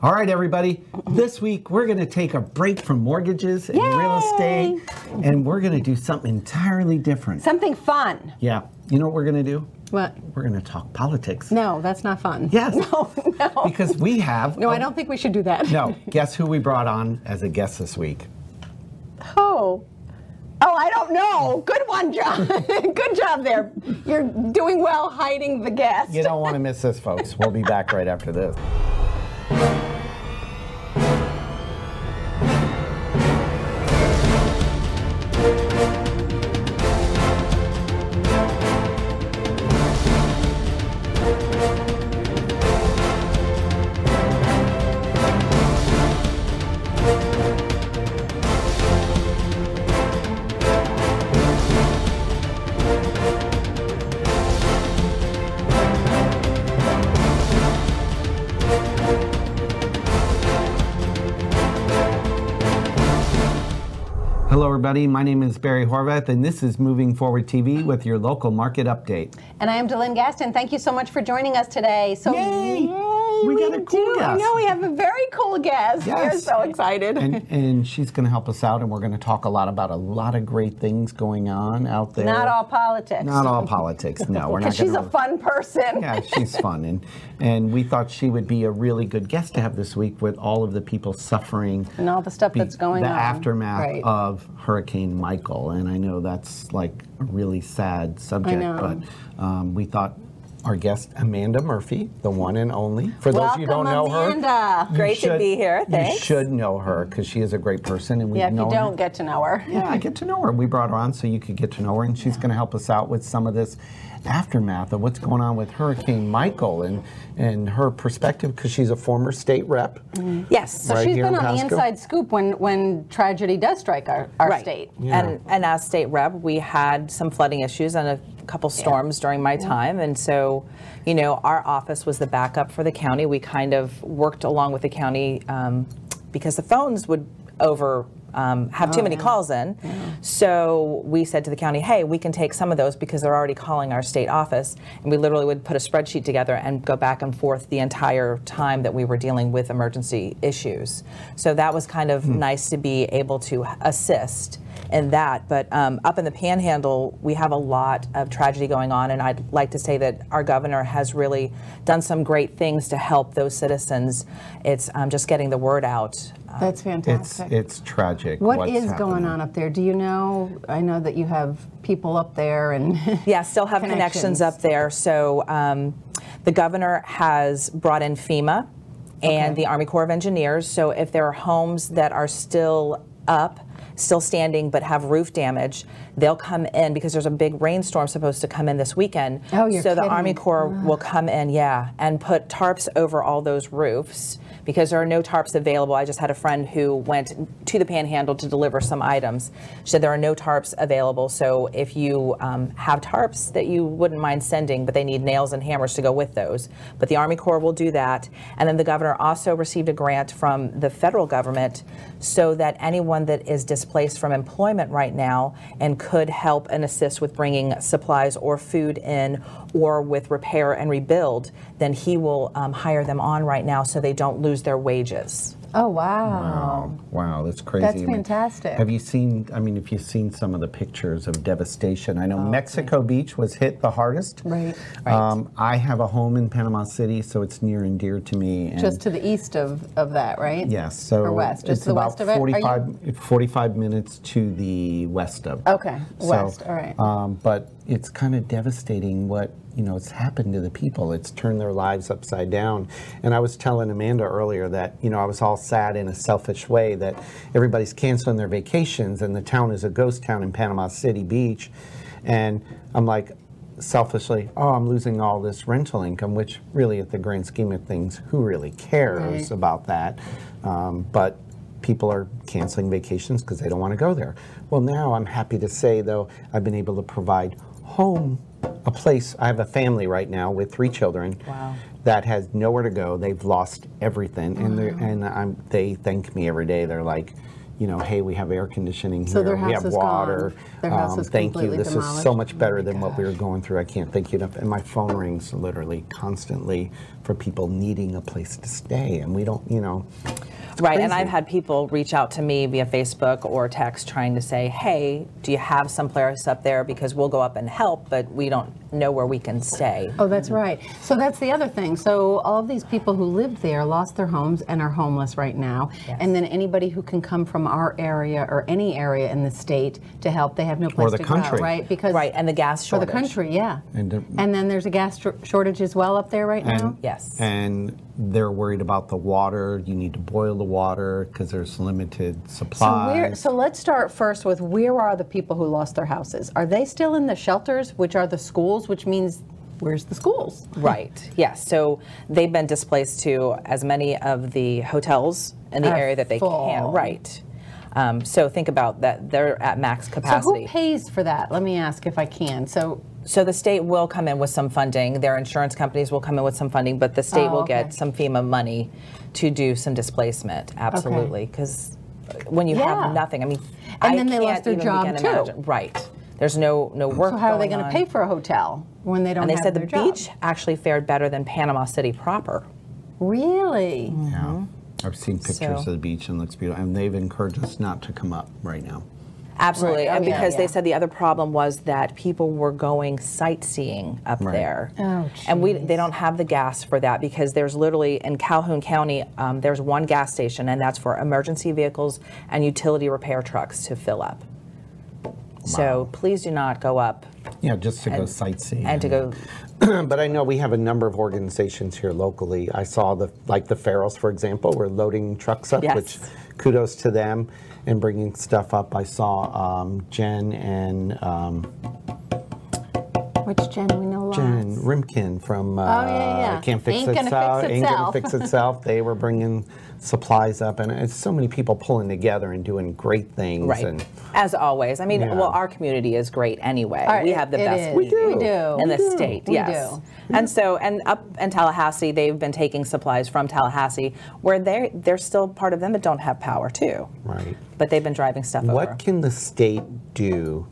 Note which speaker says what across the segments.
Speaker 1: All right, everybody. This week we're going to take a break from mortgages and real estate, and we're going to do something entirely different.
Speaker 2: Something fun.
Speaker 1: yeah. You know what we're going to do?
Speaker 2: What?
Speaker 1: We're going to talk politics.
Speaker 2: No, that's not fun.
Speaker 1: Yes.
Speaker 2: No, no.
Speaker 1: Because we have.
Speaker 2: no,
Speaker 1: I
Speaker 2: I don't think we should do that.
Speaker 1: No. Guess who we brought on as a guest this week?
Speaker 2: Oh. Oh, I don't know. Good one, John. Good job there. You're doing well hiding the guest.
Speaker 1: You don't want to miss this, folks. We'll be back right after this. Hello, everybody. My name is Barry Horvath, and this is Moving Forward TV with your local market update.
Speaker 2: And I am Delyn Gaston. Thank you so much for joining us today. So
Speaker 1: Yay! We got a cool
Speaker 2: do.
Speaker 1: guest.
Speaker 2: No, we have a very cool guest. We're
Speaker 1: Yes.
Speaker 2: so excited.
Speaker 1: And, and she's going to help us out, and we're going to talk a lot about a lot of great things going on out there.
Speaker 2: not all politics.
Speaker 1: Not all politics. No, we're not.
Speaker 2: Because she's
Speaker 1: gonna-
Speaker 2: a fun person.
Speaker 1: Yeah, she's fun, and and we thought she would be a really good guest to have this week with all of the people suffering
Speaker 2: And all the stuff
Speaker 1: be-
Speaker 2: that's going
Speaker 1: the
Speaker 2: on.
Speaker 1: aftermath
Speaker 2: Right.
Speaker 1: of Hurricane Michael, and I know that's like a really sad subject,
Speaker 2: know.
Speaker 1: but um, we thought. Our guest Amanda Murphy, the one and only. For those of you who don't know
Speaker 2: Welcome, Amanda.
Speaker 1: her, you
Speaker 2: Great to
Speaker 1: should-
Speaker 2: be here.
Speaker 1: You
Speaker 2: Thanks.
Speaker 1: should know her because she is a great person, and we
Speaker 2: Yeah, if you
Speaker 1: know
Speaker 2: don't get to know her.
Speaker 1: yeah, I get to know her. We brought her on so you could get to know her, and she's going to help us out with some of this aftermath of what's going on with Hurricane Michael and and her perspective because she's a former state representative
Speaker 3: Yes.
Speaker 2: So
Speaker 1: Right
Speaker 2: she's
Speaker 1: here
Speaker 2: been
Speaker 1: in
Speaker 2: on the
Speaker 1: Pasco?
Speaker 2: inside scoop when, when tragedy does strike our, our state.
Speaker 3: And and as state rep, we had some flooding issues and a couple storms during my time, and so, you know, our office was the backup for the county. We kind of worked along with the county um, because the phones would over. Um, have too many calls in. So we said to the county, hey, we can take some of those because they're already calling our state office. And we literally would put a spreadsheet together and go back and forth the entire time that we were dealing with emergency issues. So that was kind of nice to be able to assist in that. But um, up in the panhandle, we have a lot of tragedy going on. And I'd like to say that our governor has really done some great things to help those citizens. It's um, just getting the word out.
Speaker 2: That's
Speaker 1: It's it's tragic.
Speaker 2: What
Speaker 1: what's
Speaker 2: is going
Speaker 1: happening.
Speaker 2: on up there? Do you know? I know that you have people up there and
Speaker 3: Yeah, still have connections,
Speaker 2: Connections.
Speaker 3: up there. So um, the governor has brought in FEMA and the Army Corps of Engineers. So if there are homes that are still up, still standing, but have roof damage, they'll come in because there's a big rainstorm supposed to come in this weekend.
Speaker 2: Oh, you're
Speaker 3: so the
Speaker 2: kidding.
Speaker 3: Army Corps will come in, yeah, and put tarps over all those roofs because there are no tarps available. I just had a friend who went to the Panhandle to deliver some items. She said there are no tarps available. So if you um, have tarps that you wouldn't mind sending, but they need nails and hammers to go with those. But the Army Corps will do that. And then the governor also received a grant from the federal government so that anyone that is displaced from employment right now and could help and assist with bringing supplies or food in or with repair and rebuild, then he will um, hire them on right now so they don't lose their wages.
Speaker 2: oh wow.
Speaker 1: Wow, wow, that's crazy.
Speaker 2: That's
Speaker 1: I mean,
Speaker 2: fantastic.
Speaker 1: have you seen? I mean, if you've seen some of the pictures of devastation, I know Mexico Beach was hit the hardest.
Speaker 2: Oh, Right.
Speaker 1: Um, I have a home in Panama City, so it's near and dear to me. And
Speaker 2: Just to the east of, of that, right?
Speaker 1: Yes, so
Speaker 2: or west, just
Speaker 1: it's
Speaker 2: the
Speaker 1: about
Speaker 2: west of it. Are you-
Speaker 1: 45, 45 minutes to the west of.
Speaker 2: Okay,
Speaker 1: So,
Speaker 2: west, all right.
Speaker 1: Um, but it's kind of devastating what you know it's happened to the people. It's turned their lives upside down. And I was telling Amanda earlier that you know I was all sad in a selfish way that everybody's canceling their vacations and the town is a ghost town in Panama City Beach, and I'm like. Selfishly, oh, I'm losing all this rental income, which really, at the grand scheme of things, who really cares
Speaker 2: Right.
Speaker 1: about that? Um, but people are canceling vacations because they don't want to go there. Well, now I'm happy to say, though, I've been able to provide home, a place. I have a family right now with three children
Speaker 3: Wow.
Speaker 1: that has nowhere to go. They've lost everything, and they're and I'm, they thank me every day. They're like, you know, hey, we have air conditioning
Speaker 4: So
Speaker 1: here,
Speaker 4: their
Speaker 1: we
Speaker 4: house
Speaker 1: have
Speaker 4: is gone.
Speaker 1: water. Um,
Speaker 4: Their house is
Speaker 1: thank you.
Speaker 4: completely
Speaker 1: This is so
Speaker 4: demolished.
Speaker 1: much better than what we were going through. I can't thank you enough. And my phone rings literally constantly for people needing a place to stay, and we don't, you know.
Speaker 3: Right, and
Speaker 1: crazy.
Speaker 3: I've had people reach out to me via Facebook or text trying to say, hey, do you have some place up there? Because we'll go up and help, but we don't know where we can stay.
Speaker 4: Oh, that's right. So that's the other thing. So all of these people who lived there lost their homes and are homeless right now. And then anybody who can come from our area or any area in the state to help, they have no place
Speaker 1: the
Speaker 4: to
Speaker 1: country.
Speaker 4: go, right? Because
Speaker 3: Right, and the gas
Speaker 4: for the
Speaker 3: shortage.
Speaker 4: country, yeah.
Speaker 1: And,
Speaker 4: And,
Speaker 1: uh,
Speaker 4: then there's a gas shor- shortage as well up there right now.
Speaker 3: Yes.
Speaker 1: And they're worried about the water. You need to boil the water because there's limited
Speaker 4: So,
Speaker 1: supplies.
Speaker 4: where, so let's start first with where are the people who lost their houses? Are they still in the shelters, which are the schools, which means where's the schools?
Speaker 3: Right, yes. So they've been displaced to as many of the hotels in the
Speaker 4: Are
Speaker 3: area that they
Speaker 4: full.
Speaker 3: can. Right. Um, so think about that, they're at max
Speaker 4: So
Speaker 3: capacity.
Speaker 4: who pays for that? Let me ask if I can. So
Speaker 3: So the state will come in with some funding. Their insurance companies will come in with some funding, but the state
Speaker 4: Oh,
Speaker 3: will
Speaker 4: okay.
Speaker 3: get some FEMA money to do some displacement. Absolutely, because when you
Speaker 4: Yeah.
Speaker 3: have nothing, I mean,
Speaker 4: And
Speaker 3: I
Speaker 4: then they lost
Speaker 3: can't
Speaker 4: their
Speaker 3: even
Speaker 4: job,
Speaker 3: begin to
Speaker 4: too.
Speaker 3: imagine- Right. There's no no work.
Speaker 4: So how are they
Speaker 3: going
Speaker 4: going to
Speaker 3: on.
Speaker 4: pay for a hotel when they don't
Speaker 3: And they
Speaker 4: have
Speaker 3: said the
Speaker 4: their job?
Speaker 3: beach actually fared better than Panama City proper.
Speaker 4: Really?
Speaker 1: Yeah. I've seen pictures
Speaker 3: So-
Speaker 1: of the beach and it looks beautiful. And they've encouraged us not to come up right now.
Speaker 3: Absolutely,
Speaker 4: Right. Oh,
Speaker 3: and
Speaker 4: yeah,
Speaker 3: because
Speaker 4: yeah.
Speaker 3: they said the other problem was that people were going sightseeing up there,
Speaker 4: Oh,
Speaker 3: and we they don't have the gas for that because there's literally in Calhoun County um, there's one gas station and that's for emergency vehicles and utility repair trucks to fill up. So please do not go up
Speaker 1: Yeah, just to go sightseeing.
Speaker 3: and to go
Speaker 1: but I know we have a number of organizations here locally. I saw the like the Farrells, for example, were loading trucks up,
Speaker 3: Yes.
Speaker 1: which kudos to them and bringing stuff up. I saw um, Jen and um,
Speaker 4: Which Jen we know
Speaker 1: Jen
Speaker 4: lost.
Speaker 1: Rimkin from uh,
Speaker 4: Oh, yeah.
Speaker 1: Can't Fix
Speaker 4: Ain't Gonna Fix
Speaker 1: Itself. Ain't gonna
Speaker 4: Itself.
Speaker 1: fix itself. They were bringing supplies up, and it's so many people pulling together and doing great things.
Speaker 3: right
Speaker 1: And
Speaker 3: as always. I mean,
Speaker 1: Yeah.
Speaker 3: well, our community is great anyway.
Speaker 4: All right,
Speaker 3: we have the
Speaker 4: it
Speaker 3: best
Speaker 4: is.
Speaker 1: do.
Speaker 4: We
Speaker 3: community
Speaker 1: We
Speaker 4: do.
Speaker 3: in the
Speaker 4: We do.
Speaker 3: state.
Speaker 4: We
Speaker 3: yes.
Speaker 4: do.
Speaker 3: And so, and up in Tallahassee, they've been taking supplies from Tallahassee, where they they're still part of them that don't have power too.
Speaker 1: right.
Speaker 3: But they've been driving stuff over.
Speaker 1: What can the state do?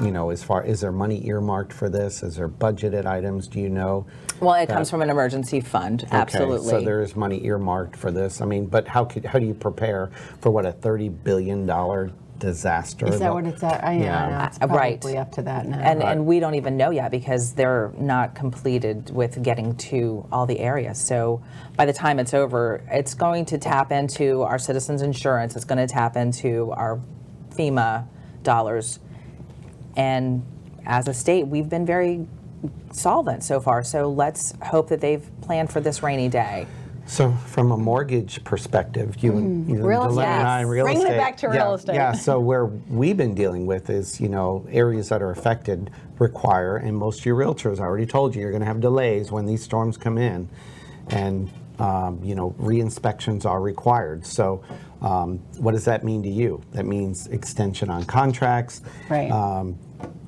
Speaker 1: You know, as far is there money earmarked for this? Is there budgeted items? Do you know?
Speaker 3: well, it comes from an emergency fund. absolutely.
Speaker 1: Uh, Okay, so there is money earmarked for this. I mean, but how could how do you prepare for what a thirty billion dollar disaster?
Speaker 4: Is that what it's at? I, yeah. I know. It's
Speaker 3: Uh,
Speaker 4: probably
Speaker 3: right.
Speaker 4: up to that now.
Speaker 3: and, and we don't even know yet because they're not completed with getting to all the areas. So by the time it's over, it's going to tap into our citizens' insurance. It's going to tap into our FEMA dollars, and as a state, we've been very solvent so far. So let's hope that they've planned for this rainy day.
Speaker 1: So, from a mortgage perspective, you and you
Speaker 4: Mm-hmm. Real
Speaker 1: and Dylan and I,
Speaker 3: estate.
Speaker 1: real
Speaker 4: Bringing it
Speaker 1: estate.
Speaker 4: back to real
Speaker 1: yeah,
Speaker 4: estate.
Speaker 1: Yeah. So, where we've been dealing with is, you know, areas that are affected require, and most of your realtors already told you, you're going to have delays when these storms come in, and um, you know, re-inspections are required. So, um, what does that mean to you? That means extension on contracts,
Speaker 4: Right.
Speaker 1: um,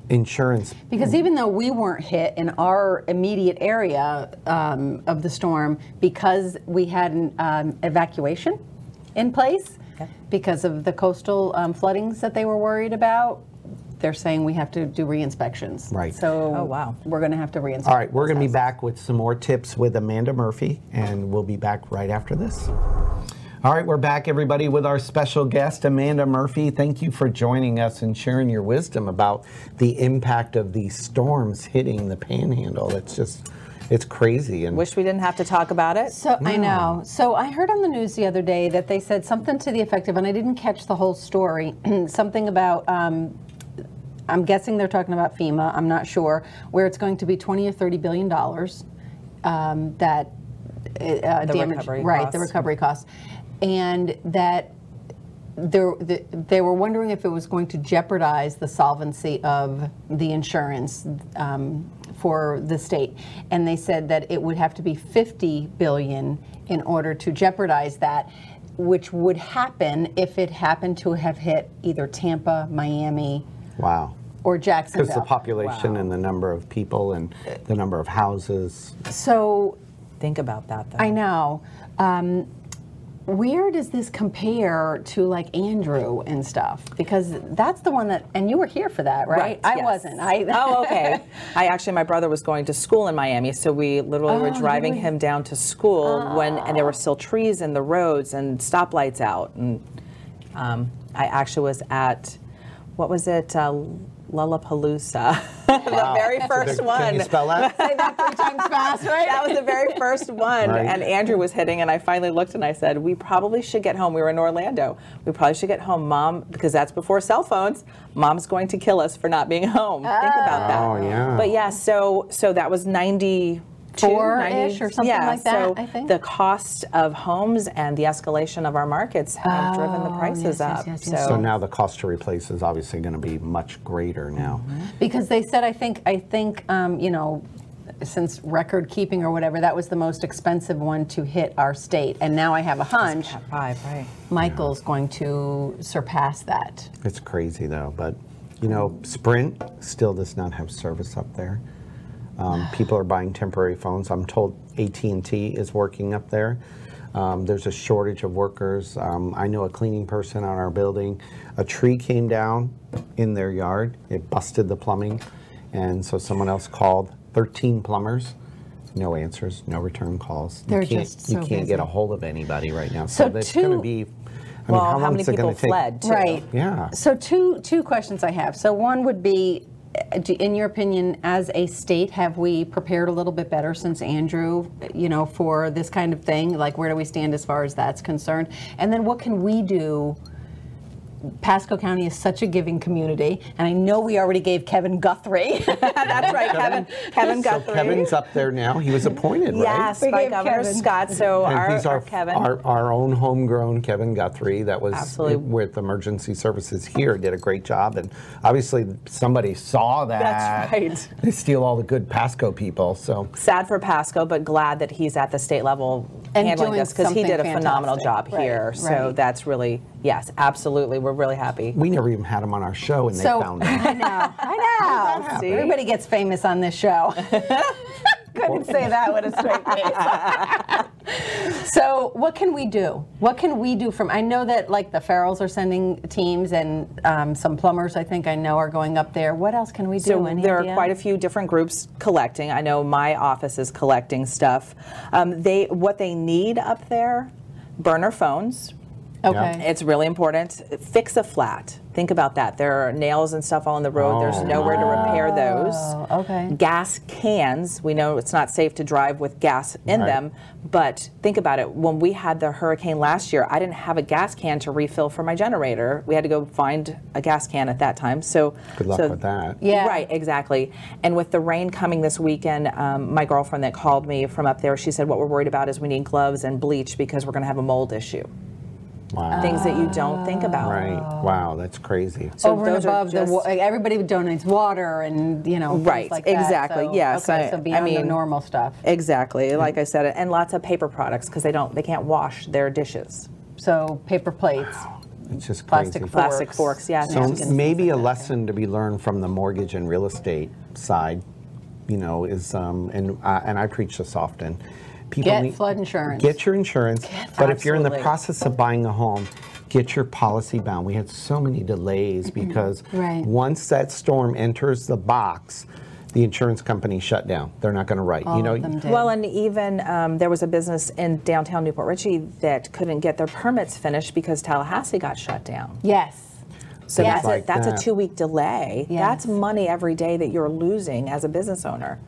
Speaker 1: insurance
Speaker 4: Because even though we weren't hit in our immediate area um, of the storm, because we had an um, evacuation in place, because of the coastal um, floodings that they were worried about, they're saying we have to do re-inspections.
Speaker 1: Right.
Speaker 4: So
Speaker 3: Oh, wow.
Speaker 4: we're going to have to reinspect.
Speaker 1: All right, we're going to be back with some more tips with Amanda Murphy, and we'll be back right after this. All right, we're back, everybody, with our special guest, Amanda Murphy. Thank you for joining us and sharing your wisdom about the impact of these storms hitting the panhandle. It's just, it's crazy. And
Speaker 3: Wish we didn't have to talk about it.
Speaker 4: So I know. So I heard on the news the other day that they said something to the effect of, and I didn't catch the whole story. something about. Um, I'm guessing they're talking about FEMA. I'm not sure where it's going to be 20 or 30 billion dollars um, that uh,
Speaker 3: The
Speaker 4: damage
Speaker 3: recovery
Speaker 4: right the
Speaker 3: costs.
Speaker 4: recovery costs, and that there, the, they were wondering if it was going to jeopardize the solvency of the insurance um, for the state, and they said that it would have to be 50 billion in order to jeopardize that, which would happen if it happened to have hit either Tampa, Miami,
Speaker 1: wow.
Speaker 4: or
Speaker 1: Because
Speaker 4: Jacksonville.
Speaker 1: the population and the number of people and the number of houses.
Speaker 4: so
Speaker 3: Think about that, though.
Speaker 4: I know. Um, where does this compare to like Andrew and stuff? Because that's the one that, and you were here for that, right? I
Speaker 3: yes.
Speaker 4: wasn't. I
Speaker 3: oh, okay. I actually, my brother was going to school in Miami, so we literally were driving him down to school when, and there were still trees in the roads and stoplights out. And um, I actually was at, what was it, uh, Lollapalooza, the very first
Speaker 1: Can
Speaker 3: one.
Speaker 1: you spell that?
Speaker 4: say that three times fast, right?
Speaker 3: That was the very first one.
Speaker 1: Right.
Speaker 3: And Andrew was hitting, and I finally looked and I said, We probably should get home. We were in Orlando. We probably should get home, Mom, because that's before cell phones. Mom's going to kill us for not being home. Think about that.
Speaker 1: Oh, yeah.
Speaker 3: But yeah, so so that was 92,
Speaker 4: Four-ish
Speaker 3: 90
Speaker 4: or something
Speaker 3: yeah,
Speaker 4: like that,
Speaker 3: so
Speaker 4: I think.
Speaker 3: The cost of homes and the escalation of our markets have driven the prices
Speaker 4: Oh, yes, yes,
Speaker 3: up.
Speaker 4: yes, yes.
Speaker 1: So now the cost to replace is obviously going to be much greater now.
Speaker 4: because they said I think I think um, you know since record keeping or whatever that was the most expensive one to hit our state and now I have a hunch
Speaker 3: at five, right.
Speaker 4: Michael's going to surpass that.
Speaker 1: It's crazy though, but you know, Sprint still does not have service up there. Um, people are buying temporary phones. I'm told AT&T is working up there. Um, there's a shortage of workers. Um, I know a cleaning person on our building. A tree came down in their yard. It busted the plumbing, and so someone else called 13 plumbers. No answers, no return calls.
Speaker 4: They're
Speaker 1: you can't,
Speaker 4: just
Speaker 1: you
Speaker 4: so
Speaker 1: can't get
Speaker 4: busy.
Speaker 1: a hold of anybody right now.
Speaker 4: So
Speaker 1: that's going
Speaker 4: two-
Speaker 1: to be. I mean,
Speaker 3: Well,
Speaker 1: how,
Speaker 3: how,
Speaker 1: long
Speaker 3: many
Speaker 1: is it
Speaker 3: people
Speaker 1: going to take?
Speaker 3: fled? Too?
Speaker 4: Right.
Speaker 1: Yeah.
Speaker 4: So two two questions I have. So one would be, uh, do- in your opinion, as a state, have we prepared a little bit better since Andrew, you know, for this kind of thing? Like, where do we stand as far as that's concerned? And then what can we do? Pasco County is such a giving community, and I know we already gave Kevin Guthrie.
Speaker 3: That's right, Kevin. Kevin
Speaker 1: So
Speaker 3: Guthrie.
Speaker 1: Kevin's up there now. He was appointed, right?
Speaker 3: Yes,
Speaker 4: We
Speaker 3: by
Speaker 4: gave
Speaker 3: Governor
Speaker 4: Kevin.
Speaker 3: Scott. So
Speaker 1: And
Speaker 3: our,
Speaker 1: he's our,
Speaker 3: our Kevin.
Speaker 1: Our, our own homegrown Kevin Guthrie that was
Speaker 3: Absolutely.
Speaker 1: with Emergency Services here, did a great job. And obviously, somebody saw that.
Speaker 3: right.
Speaker 1: They steal all the good Pasco people. So,
Speaker 3: Sad for Pasco, but glad that he's at the state level
Speaker 4: And
Speaker 3: handling
Speaker 4: doing
Speaker 3: this because he
Speaker 4: something
Speaker 3: did a phenomenal job
Speaker 4: fantastic. Right,
Speaker 3: here. So
Speaker 4: right.
Speaker 3: that's really yes, absolutely. We're really happy.
Speaker 1: we never even had him on our show, and
Speaker 4: So-
Speaker 1: they found him.
Speaker 4: I know, I know.
Speaker 3: See?
Speaker 4: Everybody gets famous on this show. Couldn't say that with a straight face. so, what can we do? What can we do from? I know that like the Farrells are sending teams, and um, some plumbers I think I know are going up there. What else can we do?
Speaker 3: So
Speaker 4: Any
Speaker 3: there are
Speaker 4: idea?
Speaker 3: quite a few different groups collecting. I know my office is collecting stuff. Um, they what they need up there, burner phones.
Speaker 4: Okay.
Speaker 3: It's really important. Fix a flat. Think about that. There are nails and stuff all on the road. There's
Speaker 1: Oh,
Speaker 3: nowhere to repair those.
Speaker 4: Oh, okay.
Speaker 3: gas cans. We know it's not safe to drive with gas in
Speaker 1: Right.
Speaker 3: them, but think about it. When we had the hurricane last year, I didn't have a gas can to refill for my generator. We had to go find a gas can at that time. So
Speaker 1: Good luck
Speaker 3: so-
Speaker 1: with that.
Speaker 4: Yeah.
Speaker 3: Right, exactly. And with the rain coming this weekend, um, my girlfriend that called me from up there, she said what we're worried about is we need gloves and bleach because we're going to have a mold issue.
Speaker 1: Wow.
Speaker 3: Things that you don't think about.
Speaker 1: right. Wow, that's crazy.
Speaker 3: So
Speaker 4: Over and
Speaker 3: those are
Speaker 4: above the
Speaker 3: just-
Speaker 4: wa- everybody donates water and you know things
Speaker 3: Right,
Speaker 4: like that.
Speaker 3: exactly,
Speaker 4: So,
Speaker 3: yes,
Speaker 4: Okay,
Speaker 3: I-
Speaker 4: so
Speaker 3: I
Speaker 4: beyond the
Speaker 3: mean-
Speaker 4: normal stuff.
Speaker 1: Mm.
Speaker 3: Exactly, like I said, and lots of paper products because they don't, they can't wash their dishes.
Speaker 4: So paper plates,
Speaker 1: It's just crazy.
Speaker 4: plastic forks,
Speaker 3: Plastic forks, yeah.
Speaker 1: So
Speaker 3: napkins.
Speaker 1: maybe a lesson to be learned from the mortgage and real estate side, you know, is um, and I and I preach this often. People
Speaker 4: Get flood insurance.
Speaker 1: Get your insurance, but if you're in the
Speaker 3: Absolutely.
Speaker 1: process of buying a home, get your policy bound. We had so many delays because
Speaker 4: Right.
Speaker 1: once that storm enters the box, the insurance company shut down. They're not going to write. you know,
Speaker 4: of them did.
Speaker 3: Well, and even um, there was a business in downtown Newport Richey that couldn't get their permits finished because Tallahassee got shut down.
Speaker 4: Yes.
Speaker 3: So
Speaker 4: Yes.
Speaker 3: that's,
Speaker 1: Like
Speaker 3: a, that's
Speaker 1: that.
Speaker 3: a two week delay. That's money every day that you're losing as a business owner.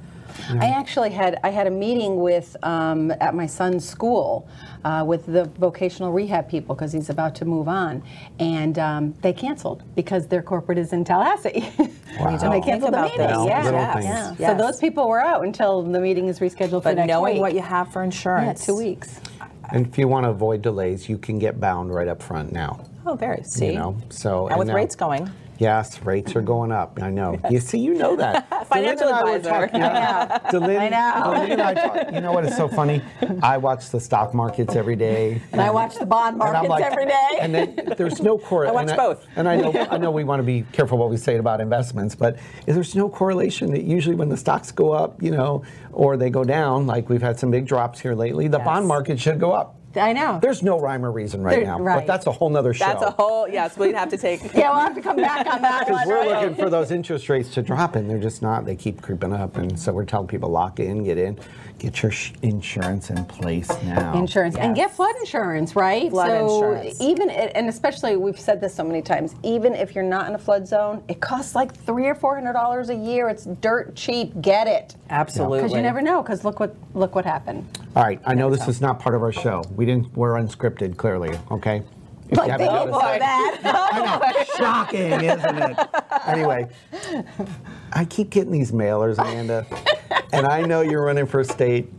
Speaker 4: I actually had I had a meeting with um, at my son's school uh, with the vocational rehab people because he's about to move on, and um, they canceled because their corporate is in Tallahassee.
Speaker 1: Wow.
Speaker 4: So they
Speaker 1: Think
Speaker 4: canceled the
Speaker 3: about
Speaker 4: meeting.
Speaker 1: those
Speaker 4: Yeah.
Speaker 1: Oh. little
Speaker 4: yeah.
Speaker 1: things.
Speaker 4: yeah.
Speaker 3: Yes.
Speaker 4: So those people were out until the meeting is rescheduled for
Speaker 3: But
Speaker 4: next
Speaker 3: knowing
Speaker 4: week.
Speaker 3: what you have for
Speaker 4: yeah,
Speaker 3: insurance.
Speaker 4: two weeks.
Speaker 1: and if you want to avoid delays, you can get bound right up front now.
Speaker 3: Oh, very. See?
Speaker 1: You know, so
Speaker 3: and with
Speaker 1: now-
Speaker 3: rates going.
Speaker 1: Yes, rates are going up. I know. You see, you know that.
Speaker 3: Financial
Speaker 1: Delynn and I were
Speaker 3: advisor.
Speaker 1: talking- yeah. Delynn- Delynn and I talk- You know what is so funny? I watch the stock markets every day.
Speaker 4: And I watch the bond
Speaker 1: And
Speaker 4: markets
Speaker 1: I'm like-
Speaker 4: every day.
Speaker 1: And then there's no correlation.
Speaker 3: watch both.
Speaker 1: And I know, I know we want to be careful what we say about investments, but there's no correlation that usually when the stocks go up, you know, or they go down, like we've had some big drops here lately, the bond
Speaker 3: Yes.
Speaker 1: market should go up.
Speaker 4: I know.
Speaker 1: There's no rhyme or reason right
Speaker 4: There-
Speaker 1: now, but
Speaker 4: right.
Speaker 1: that's a whole nother show.
Speaker 3: That's a whole, yes, we'd have to take.
Speaker 2: Yeah, we'll have to come back on that one.
Speaker 1: Because we're looking for those interest rates to drop, and they're just not. They keep creeping up, and so we're telling people lock in, get in, get your sh- insurance in place now.
Speaker 4: insurance and get flood insurance, right?
Speaker 3: Flood
Speaker 4: so
Speaker 3: insurance.
Speaker 4: even and especially we've said this so many times, even if you're not in a flood zone, it costs like three or four hundred dollars a year. It's dirt cheap. Get it.
Speaker 3: Absolutely.
Speaker 4: Because you never know. Because look what look what happened.
Speaker 1: All right, I know this is not part of our show. We didn't. We're unscripted, clearly. Okay. If you
Speaker 4: But
Speaker 1: haven't
Speaker 4: thank you
Speaker 1: noticed.
Speaker 4: for that.
Speaker 1: I know. Shocking, isn't it? Anyway, I keep getting these mailers, Amanda, and I know you're running for state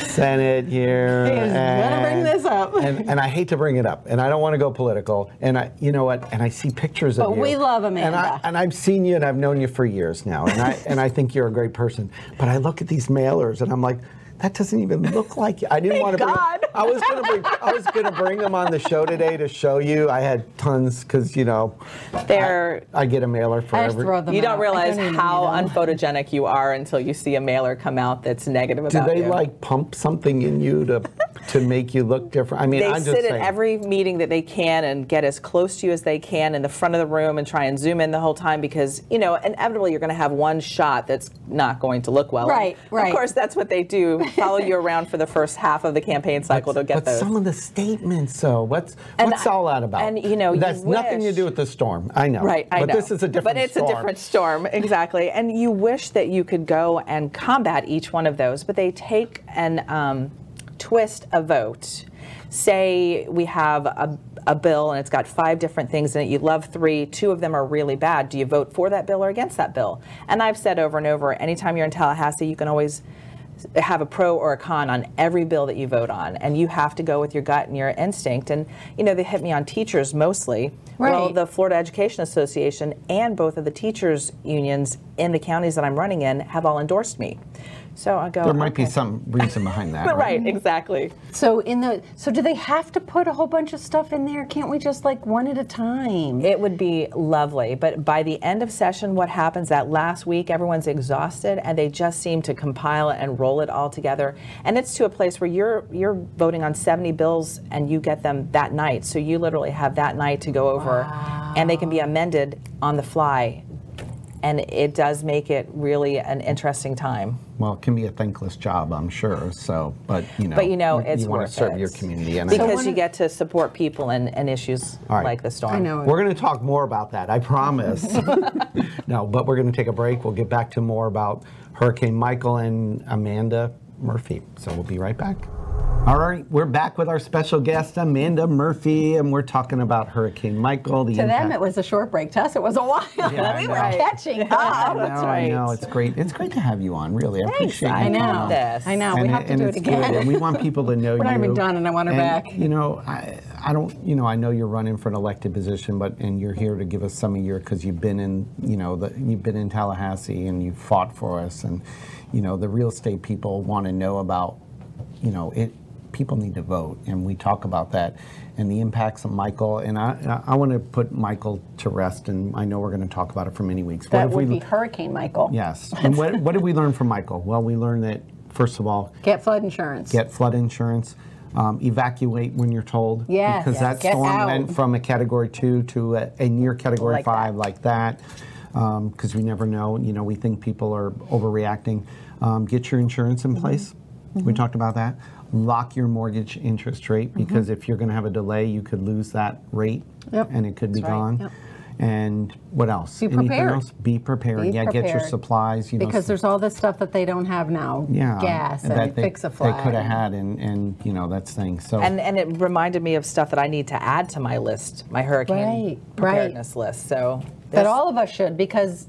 Speaker 1: senate here.
Speaker 4: I was gonna bring
Speaker 1: and-
Speaker 4: this up.
Speaker 1: and, and I hate to bring it up, and I don't want to go political. And I, you know what? And I see pictures of
Speaker 4: But
Speaker 1: you.
Speaker 4: we love
Speaker 1: And, I,
Speaker 4: Amanda.
Speaker 1: and I've seen you, and I've known you for years now, and I and I think you're a great person. But I look at these mailers, and I'm like. That doesn't even look like you. I didn't want to.
Speaker 4: God.
Speaker 1: Bring, I was gonna bring. I was gonna bring them on the show today to show you. I had tons because you know,
Speaker 3: They're-
Speaker 1: I, I get a mailer for
Speaker 4: I just
Speaker 1: every.
Speaker 4: throw them
Speaker 3: You
Speaker 4: out.
Speaker 3: don't
Speaker 4: I
Speaker 3: realize
Speaker 4: don't even
Speaker 3: how
Speaker 4: need 'em.
Speaker 3: unphotogenic you are until you see a mailer come out that's negative
Speaker 1: Do
Speaker 3: about you.
Speaker 1: they like pump something in you to to make you look different? I mean,
Speaker 3: They
Speaker 1: I'm just
Speaker 3: sit
Speaker 1: saying.
Speaker 3: at every meeting that they can and get as close to you as they can in the front of the room and try and zoom in the whole time because, you know, inevitably you're going to have one shot that's not going to look well. And
Speaker 4: Right, right.
Speaker 3: Of course, that's what they do. Follow you around for the first half of the campaign cycle to get
Speaker 1: but
Speaker 3: those.
Speaker 1: some of the statements, though, what's
Speaker 3: And
Speaker 1: what's
Speaker 3: I-
Speaker 1: all that about?
Speaker 3: and, you know, you
Speaker 1: that's nothing to
Speaker 3: wish-
Speaker 1: do with the storm. I know,
Speaker 3: Right, I
Speaker 1: but
Speaker 3: know.
Speaker 1: this is a different.
Speaker 3: But it's
Speaker 1: storm.
Speaker 3: a different storm, exactly. And you wish that you could go and combat each one of those, but they take and um, twist a vote. Say we have a, a bill and it's got five different things in it. You love three, two of them are really bad. Do you vote for that bill or against that bill? And I've said over and over, anytime you're in Tallahassee, you can always have a pro or a con on every bill that you vote on and you have to go with your gut and your instinct and you know they hit me on teachers mostly well
Speaker 4: Right.
Speaker 3: the Florida Education Association and both of the teachers unions in the counties that I'm running in have all endorsed me so I go
Speaker 1: There might be
Speaker 3: Oh, okay.
Speaker 1: some reason behind that.
Speaker 3: But right exactly
Speaker 4: So in the so do they have to put a whole bunch of stuff in there? Can't we just like one at a time?
Speaker 3: It would be lovely, but by the end of session, what happens that last week, everyone's exhausted, and they just seem to compile it and roll it all together. And it's to a place where you're you're voting on 70 bills, and you get them that night. So you literally have that night to go over, and they can be amended on the fly, and it does make it really an interesting time.
Speaker 1: Well, it can be a thankless job, I'm sure. So, but you know,
Speaker 3: But you know,
Speaker 1: Oh,
Speaker 3: it's
Speaker 1: you want
Speaker 3: worth
Speaker 1: to serve
Speaker 3: it.
Speaker 1: your community, and I
Speaker 4: So
Speaker 3: Because
Speaker 4: one
Speaker 3: you
Speaker 4: of-
Speaker 3: get to support people and, and issues
Speaker 1: All right.
Speaker 3: like the storm.
Speaker 4: I know.
Speaker 1: We're going to talk more about that, I promise. no, but we're going to take a break. We'll get back to more about Hurricane Michael and Amanda Murphy. So we'll be right back. All right, we're back with our special guest, Amanda Murphy, and we're talking about Hurricane Michael. The
Speaker 4: to them, it was a short break. To us, it was a while.
Speaker 1: Yeah, I
Speaker 4: we
Speaker 1: know.
Speaker 4: were catching
Speaker 3: Oh,
Speaker 1: I
Speaker 4: up.
Speaker 1: know, I know. It's great. It's great to have you on, really. I appreciate
Speaker 3: I
Speaker 1: you coming
Speaker 3: know.
Speaker 1: on.
Speaker 3: This.
Speaker 4: I know. we
Speaker 1: And
Speaker 4: have to
Speaker 1: and
Speaker 4: do it
Speaker 1: it's good,
Speaker 4: again.
Speaker 1: and we want people to know
Speaker 4: We're not
Speaker 1: you.
Speaker 4: even done, and I want her back.
Speaker 1: You know, I, I don't. You know, I know you're running for an elected position, but and you're here to give us some of your because you've been in. You know, the, you've been in Tallahassee and you fought for us, and you know the real estate people want to know about. You know it. People need to vote, and we talk about that and the impacts of Michael. And I, I want to put Michael to rest, and I know we're going to talk about it for many weeks.
Speaker 4: That
Speaker 1: if
Speaker 4: would
Speaker 1: we,
Speaker 4: be Hurricane Michael.
Speaker 1: Yes. And what, what did we learn from Michael? Well, we learned that, first of all,
Speaker 4: Get flood insurance.
Speaker 1: get flood insurance, um, evacuate when you're told.
Speaker 4: Yes.
Speaker 1: Because that
Speaker 4: Get
Speaker 1: storm
Speaker 4: out.
Speaker 1: went from a category two to a, a near category
Speaker 3: Like that.
Speaker 1: five like that. Because we never know. You know, we think people are overreacting. Um, get your insurance
Speaker 4: Mm-hmm.
Speaker 1: in place. We talked about that. Lock your mortgage interest rate
Speaker 4: Mm-hmm.
Speaker 1: because if you're going to have a delay, you could lose that rate
Speaker 4: Yep.
Speaker 1: and it could be
Speaker 4: That's right.
Speaker 1: gone.
Speaker 4: Yep.
Speaker 1: And what else?
Speaker 4: Be
Speaker 1: Anything
Speaker 4: prepared.
Speaker 1: else? Be prepared.
Speaker 4: Be
Speaker 1: yeah, get your
Speaker 4: prepared.
Speaker 1: supplies. You know,
Speaker 4: Because there's all this stuff that they don't have now.
Speaker 1: yeah,
Speaker 4: Gas
Speaker 1: that
Speaker 4: and
Speaker 1: they,
Speaker 4: fix a flood.
Speaker 1: They could have had, and and you know that's thing. So
Speaker 3: And, and it reminded me of stuff that I need to add to my list, my hurricane
Speaker 4: Right, right.
Speaker 3: preparedness list. So
Speaker 4: That
Speaker 3: there's-
Speaker 4: all of us should, because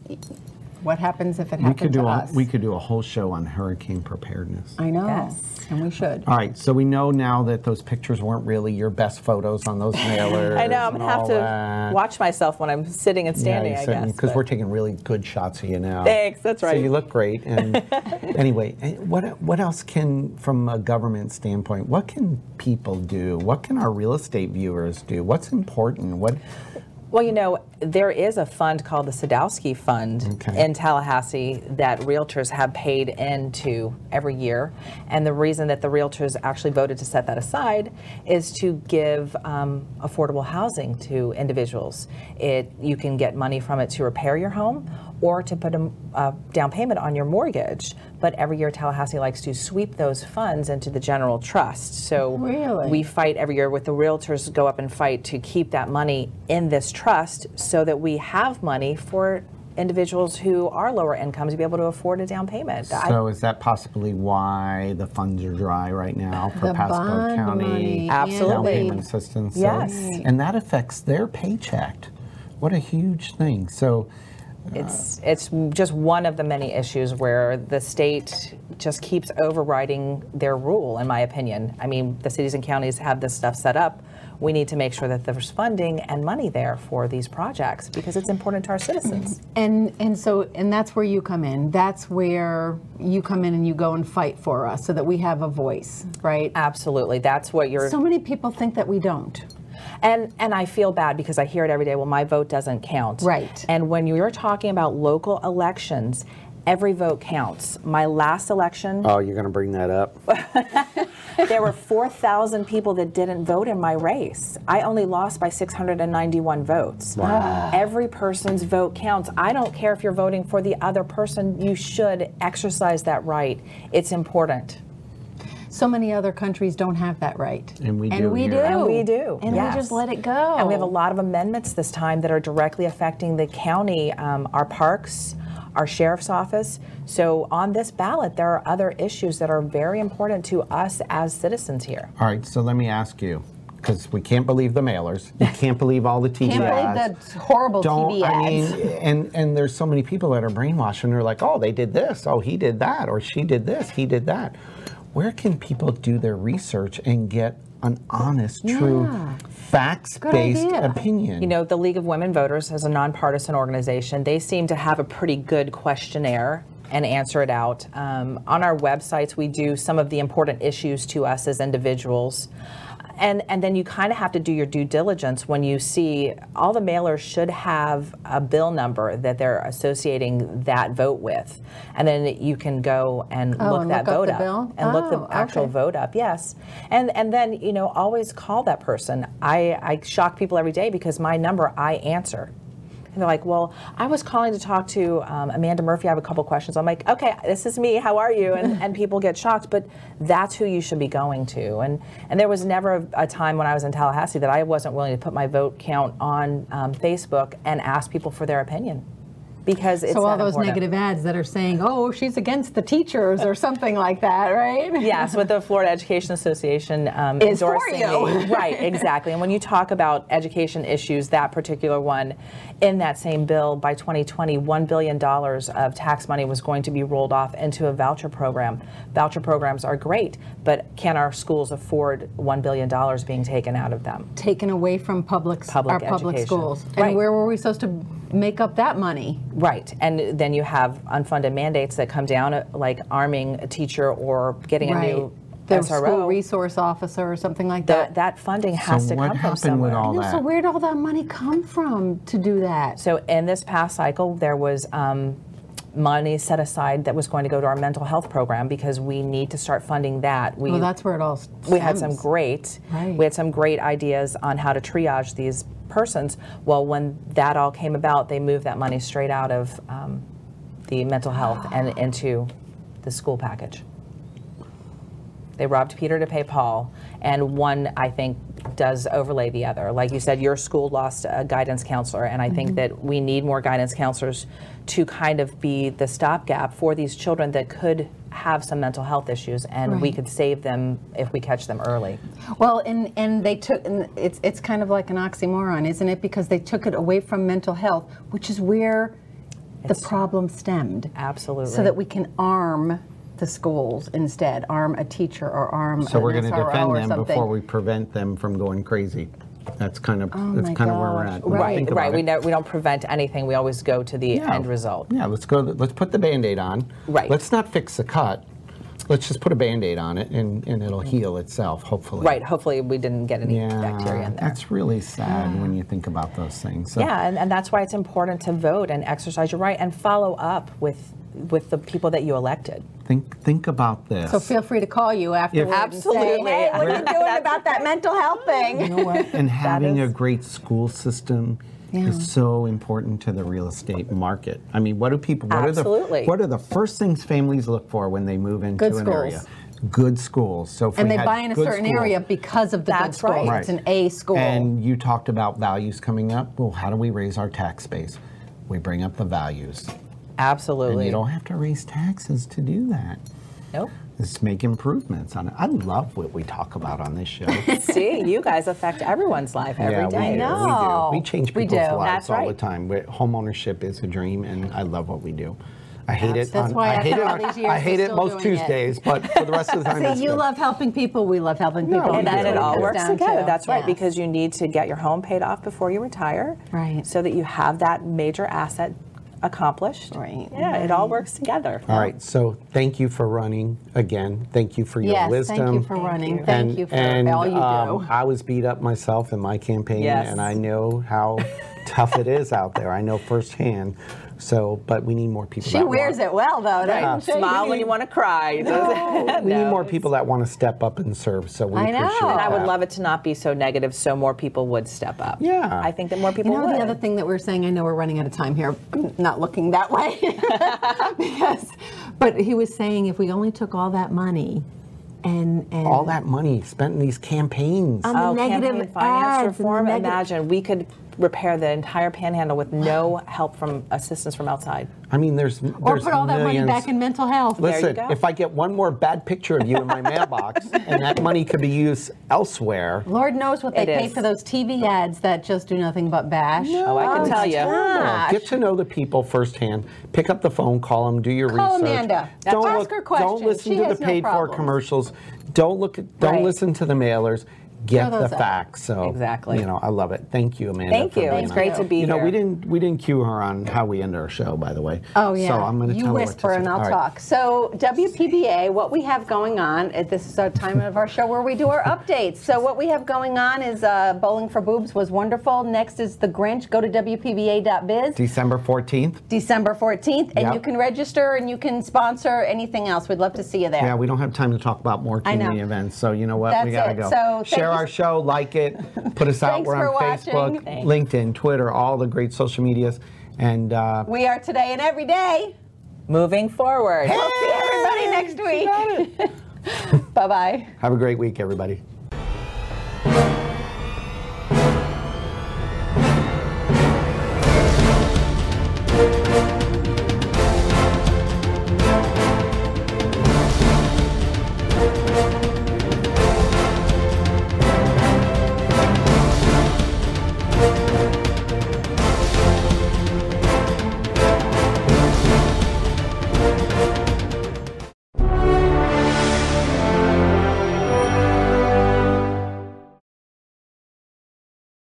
Speaker 4: what happens if it
Speaker 1: we
Speaker 4: happens
Speaker 1: could do
Speaker 4: to
Speaker 1: a,
Speaker 4: us?
Speaker 1: we could do a whole show on hurricane preparedness.
Speaker 4: I know,
Speaker 3: Yes.
Speaker 4: and we should.
Speaker 1: All right, so we know now that those pictures weren't really your best photos on those mailers.
Speaker 3: I know I'm
Speaker 1: and
Speaker 3: gonna have
Speaker 1: all uh,
Speaker 3: to
Speaker 1: that.
Speaker 3: watch myself when I'm sitting and standing. I guess
Speaker 1: because
Speaker 3: but-
Speaker 1: we're taking really good shots of you now.
Speaker 3: Thanks, that's
Speaker 1: So
Speaker 3: right.
Speaker 1: you look great. And anyway, eh, what what else can, from a government standpoint, what can people do? What can our real estate viewers do? What's important? What
Speaker 3: well, you know, there is a fund called the Sadowski Fund
Speaker 1: Okay.
Speaker 3: in Tallahassee that realtors have paid into every year. And the reason that the realtors actually voted to set that aside is to give um, affordable housing to individuals. It you can get money from it to repair your home or to put a, a down payment on your mortgage. But every year Tallahassee likes to sweep those funds into the general trust. So
Speaker 4: Really?
Speaker 3: we fight every year with the realtors go up and fight to keep that money in this trust so that we have money for individuals who are lower income to be able to afford a down payment. I-
Speaker 1: So is that possibly why the funds are dry right now for
Speaker 4: The
Speaker 1: Pasco
Speaker 4: bond
Speaker 1: County?
Speaker 4: money.
Speaker 1: Down
Speaker 3: Absolutely.
Speaker 1: payment assistance. So-
Speaker 3: Yes.
Speaker 1: And that affects their paycheck. What a huge thing. So,
Speaker 3: it's it's just one of the many issues where the state just keeps overriding their rule in my opinion. I mean, the cities and counties have this stuff set up. We need to make sure that there's funding and money there for these projects because it's important to our citizens.
Speaker 4: And and so and that's where you come in. That's where you come in and you go and fight for us so that we have a voice, right?
Speaker 3: Absolutely. That's what you're
Speaker 4: So many people think that we don't.
Speaker 3: And and I feel bad because I hear it every day. Well, my vote doesn't count.
Speaker 4: Right.
Speaker 3: And when you're talking about local elections, every vote counts. My last election,
Speaker 1: oh, you're going to bring that up?
Speaker 3: there were 4,000 people that didn't vote in my race. I only lost by 691 votes. Every person's vote counts. I don't care if you're voting for the other person. You should exercise that right. It's important.
Speaker 4: So many other countries don't have that right.
Speaker 1: And we
Speaker 4: and
Speaker 1: do
Speaker 4: We
Speaker 1: here.
Speaker 4: do.
Speaker 3: And we do,
Speaker 4: And
Speaker 3: yes.
Speaker 4: we just let it go.
Speaker 3: And we have a lot of amendments this time that are directly affecting the county, um, our parks, our sheriff's office. So on this ballot, there are other issues that are very important to us as citizens here.
Speaker 1: All right, so let me ask you, because we can't believe the mailers, you can't believe all the TV
Speaker 4: Can't
Speaker 1: ads.
Speaker 4: believe the horrible
Speaker 1: Don't
Speaker 4: TV
Speaker 1: I
Speaker 4: ads.
Speaker 1: mean? And and there's so many people that are brainwashed, and they're like, oh, they did this, oh, he did that, or she did this, he did that. Where can people do their research and get an honest, true, facts-based
Speaker 4: idea.
Speaker 1: opinion?
Speaker 3: You know, the League of Women Voters is a nonpartisan organization. They seem to have a pretty good questionnaire and answer it out. Um, on our websites, we do some of the important issues to us as individuals. And, and then you kind of have to do your due diligence when you see all the mailers should have a bill number that they're associating that vote with. And then you can go and look
Speaker 4: Oh, and
Speaker 3: that
Speaker 4: look up
Speaker 3: vote
Speaker 4: the
Speaker 3: up
Speaker 4: bill?
Speaker 3: and look
Speaker 4: Oh,
Speaker 3: the actual
Speaker 4: okay.
Speaker 3: vote up yes and and then you know always call that person i i shock people every day because my number i answer and they're like well i was calling to talk to um, amanda murphy i have a couple questions i'm like okay this is me how are you and, and people get shocked but that's who you should be going to and and there was never a, a time when i was in tallahassee that i wasn't willing to put my vote count on um, facebook and ask people for their opinion because it's
Speaker 4: so all
Speaker 3: that
Speaker 4: those
Speaker 3: important.
Speaker 4: negative ads that are saying, "Oh, she's against the teachers" or something like that, right?
Speaker 3: Yes, with the Florida Education Association um,
Speaker 4: Is for
Speaker 3: endorsing
Speaker 4: you.
Speaker 3: me. Right, exactly. And when you talk about education issues, that particular one, in that same bill, by 2020, $1 billion of tax money was going to be rolled off into a voucher program. Voucher programs are great, but can our schools afford $1 billion being taken out of them?
Speaker 4: Taken away from public,
Speaker 3: Public
Speaker 4: our public
Speaker 3: education.
Speaker 4: schools,
Speaker 3: Right.
Speaker 4: and where were we supposed to make up that money?
Speaker 3: Right, and then you have unfunded mandates that come down, uh, like arming a teacher or getting a new
Speaker 4: the school
Speaker 3: SRO.
Speaker 4: resource officer or something like that.
Speaker 3: that, that funding
Speaker 1: so
Speaker 3: has to
Speaker 1: what
Speaker 3: come from
Speaker 1: happened
Speaker 3: somewhere.
Speaker 1: with all
Speaker 4: No,
Speaker 1: that?
Speaker 4: so where'd all that money come from to do that?
Speaker 3: So in this past cycle, there was um, money set aside that was going to go to our mental health program because we need to start funding that. We
Speaker 4: well, that's where it all. Stems.
Speaker 3: we had some great
Speaker 4: Right.
Speaker 3: we had some great ideas on how to triage these persons. Well, when that all came about, they moved that money straight out of um, the mental health and into the school package. They robbed Peter to pay Paul, and one I think does overlay the other. Like you said, your school lost a guidance counselor, and I
Speaker 4: Mm-hmm.
Speaker 3: think that we need more guidance counselors to kind of be the stopgap for these children that could have some mental health issues, and we
Speaker 4: Right.
Speaker 3: could save them if we catch them early.
Speaker 4: Well, and and they took. And it's it's kind of like an oxymoron, isn't it? Because they took it away from mental health, which is where the problem stemmed.
Speaker 3: Absolutely.
Speaker 4: So that we can arm the schools instead, arm a teacher or arm.
Speaker 1: So
Speaker 4: an
Speaker 1: we're going to
Speaker 4: SRO
Speaker 1: defend
Speaker 4: or
Speaker 1: them
Speaker 4: something.
Speaker 1: before we prevent them from going crazy. That's kind of that's
Speaker 4: Oh my
Speaker 1: kind of where we're
Speaker 4: gosh.
Speaker 1: at. when I
Speaker 4: Right,
Speaker 1: think about
Speaker 3: right. We,
Speaker 1: it.
Speaker 3: ne- we don't prevent anything. We always go to the
Speaker 1: Yeah.
Speaker 3: end result.
Speaker 1: Yeah, let's go. Let's put the band-aid on.
Speaker 3: Right.
Speaker 1: Let's not fix the cut. let's just put a Band-Aid on it and, and it'll heal itself, hopefully.
Speaker 3: Right. Hopefully, we didn't get any
Speaker 1: Yeah,
Speaker 3: bacteria in there.
Speaker 1: that's really sad when you think about those things. So-
Speaker 3: Yeah, and, and that's why it's important to vote and exercise your right and follow up with with the people that you elected.
Speaker 1: Think think about this.
Speaker 4: So feel free to call you afterwards.
Speaker 3: Absolutely.
Speaker 2: Hey, what are you
Speaker 3: Right.
Speaker 2: doing about that mental health thing?
Speaker 1: and having a
Speaker 3: is-
Speaker 1: great school system is so important to the real estate market. I mean, what do people? What Are
Speaker 3: Absolutely.
Speaker 1: the, what are the first things families look for when they move into
Speaker 4: Good
Speaker 1: an
Speaker 4: schools.
Speaker 1: area? Good schools. So if
Speaker 4: And
Speaker 1: we
Speaker 4: they
Speaker 1: had
Speaker 4: buy in a
Speaker 1: good
Speaker 4: certain
Speaker 1: schools-
Speaker 4: area because of the good
Speaker 3: That's
Speaker 4: school.
Speaker 3: right.
Speaker 4: It's an A school.
Speaker 1: And you talked about values coming up. Well, how do we raise our tax base? We bring up the values. And
Speaker 3: Absolutely.
Speaker 1: you don't have to raise taxes to do that.
Speaker 3: nope.
Speaker 1: Just make improvements on it. I love what we talk about on this show.
Speaker 3: See, you guys affect everyone's life
Speaker 1: yeah,
Speaker 3: every
Speaker 1: we
Speaker 3: day.
Speaker 1: do, we do.
Speaker 4: No.
Speaker 1: We change
Speaker 4: We
Speaker 1: people's
Speaker 4: do.
Speaker 1: lives
Speaker 3: That's
Speaker 1: all the
Speaker 3: right.
Speaker 1: time. We, homeownership is a dream, and I love what we do. I hate it.
Speaker 4: That's
Speaker 1: on-
Speaker 4: why
Speaker 1: I hate
Speaker 4: after
Speaker 1: it.
Speaker 4: all
Speaker 1: on-
Speaker 4: these years,
Speaker 1: I hate
Speaker 4: we're
Speaker 1: it
Speaker 4: still
Speaker 1: most
Speaker 4: doing it.
Speaker 1: Tuesdays, but for the rest of the time, it's
Speaker 4: See, you
Speaker 1: good.
Speaker 4: love helping people. We love helping people.
Speaker 1: we
Speaker 4: and
Speaker 1: do.
Speaker 4: that's
Speaker 3: And
Speaker 1: what it
Speaker 3: it all
Speaker 1: comes
Speaker 3: works
Speaker 4: down
Speaker 3: together.
Speaker 4: to.
Speaker 3: That's right,
Speaker 4: Yeah.
Speaker 3: because you need to get your home paid off before you retire.
Speaker 4: Right.
Speaker 3: So that you have that major asset accomplished.
Speaker 4: Right.
Speaker 3: Yeah, it all works together.
Speaker 1: All right. So thank you for running again. Thank you for your
Speaker 4: Yes,
Speaker 1: wisdom.
Speaker 4: thank you for running.
Speaker 1: And-
Speaker 4: Thank you for
Speaker 1: and,
Speaker 4: all you
Speaker 1: um,
Speaker 4: do.
Speaker 1: I was beat up myself in my campaign,
Speaker 3: Yes.
Speaker 1: and I know how tough it is out there. I know firsthand. So, but we need more people.
Speaker 4: She
Speaker 1: that
Speaker 4: wears
Speaker 1: want-
Speaker 4: it well, though, doesn't she?
Speaker 3: Smile when you want to cry.
Speaker 1: We need more people that want to step up and serve. So we
Speaker 4: I
Speaker 1: appreciate
Speaker 4: know.
Speaker 1: that.
Speaker 3: And I would love it to not be so negative, so more people would step up.
Speaker 1: Yeah.
Speaker 3: I think that more
Speaker 4: You
Speaker 3: people
Speaker 4: know,
Speaker 3: would.
Speaker 4: the other thing that we are saying, I know we're running out of time here, not looking that way. because, but he was saying if we only took all that money and, and
Speaker 1: all that money spent in these campaigns.
Speaker 4: On the
Speaker 3: Oh,
Speaker 4: negative
Speaker 3: campaign finance
Speaker 4: ads and the
Speaker 3: reform.
Speaker 4: negative-
Speaker 3: Imagine we could repair the entire panhandle with no help from assistance from outside.
Speaker 1: I mean, there's
Speaker 4: or
Speaker 1: there's
Speaker 4: put all that
Speaker 1: millions.
Speaker 4: money back in mental health.
Speaker 3: you
Speaker 1: Listen,
Speaker 3: go.
Speaker 1: if I get one more bad picture of you in my mailbox, and that money could be used elsewhere.
Speaker 4: Lord knows what they
Speaker 3: It
Speaker 4: pay
Speaker 3: is.
Speaker 4: for those TV ads that just do nothing but bash.
Speaker 3: Oh, I can tell you.
Speaker 1: Get to know the people firsthand. Pick up the phone, call them, do your
Speaker 4: Call
Speaker 1: research.
Speaker 4: Amanda.
Speaker 1: Don't
Speaker 4: Ask
Speaker 1: look,
Speaker 4: her questions.
Speaker 1: Don't listen
Speaker 4: She
Speaker 1: to the
Speaker 4: has no
Speaker 1: paid for
Speaker 4: problems.
Speaker 1: commercials. Don't look. At, don't
Speaker 4: Right.
Speaker 1: listen to the mailers. Get
Speaker 4: Throw
Speaker 1: the
Speaker 4: those out.
Speaker 1: facts. So
Speaker 3: Exactly.
Speaker 1: You know, I love it. Thank you, Amanda.
Speaker 3: Thank
Speaker 1: for
Speaker 3: you.
Speaker 1: being
Speaker 3: It's
Speaker 1: on.
Speaker 3: great to be
Speaker 1: You know, we
Speaker 3: here.
Speaker 1: didn't we didn't cue her on how we end our show, by the way.
Speaker 4: Oh, yeah.
Speaker 1: So I'm going to
Speaker 4: You
Speaker 1: tell
Speaker 4: whisper
Speaker 1: her what to
Speaker 4: and
Speaker 1: say.
Speaker 4: I'll
Speaker 1: All right.
Speaker 4: talk.
Speaker 2: So WPBA, what we have going on, uh, this is our time of our show where we do our updates. So what we have going on is uh, Bowling for Boobs was wonderful. Next is The Grinch. Go to WPBA.biz.
Speaker 1: December 14th.
Speaker 2: December 14th, and
Speaker 1: Yep.
Speaker 2: you can register and you can sponsor anything else. We'd love to see you there.
Speaker 1: Yeah, we don't have time to talk about more
Speaker 2: I know.
Speaker 1: community events, so you know what? we
Speaker 2: That's
Speaker 1: gotta
Speaker 2: it.
Speaker 1: go.
Speaker 2: So thank
Speaker 1: Share
Speaker 2: you-
Speaker 1: our show, like it, put us out.
Speaker 2: Thanks
Speaker 1: We're on
Speaker 2: for watching.
Speaker 1: Facebook, LinkedIn, Twitter, all the great social medias, and uh,
Speaker 2: We are today and every day.
Speaker 3: Moving forward.
Speaker 2: We'll see everybody next week. bye bye.
Speaker 1: have a great week, everybody.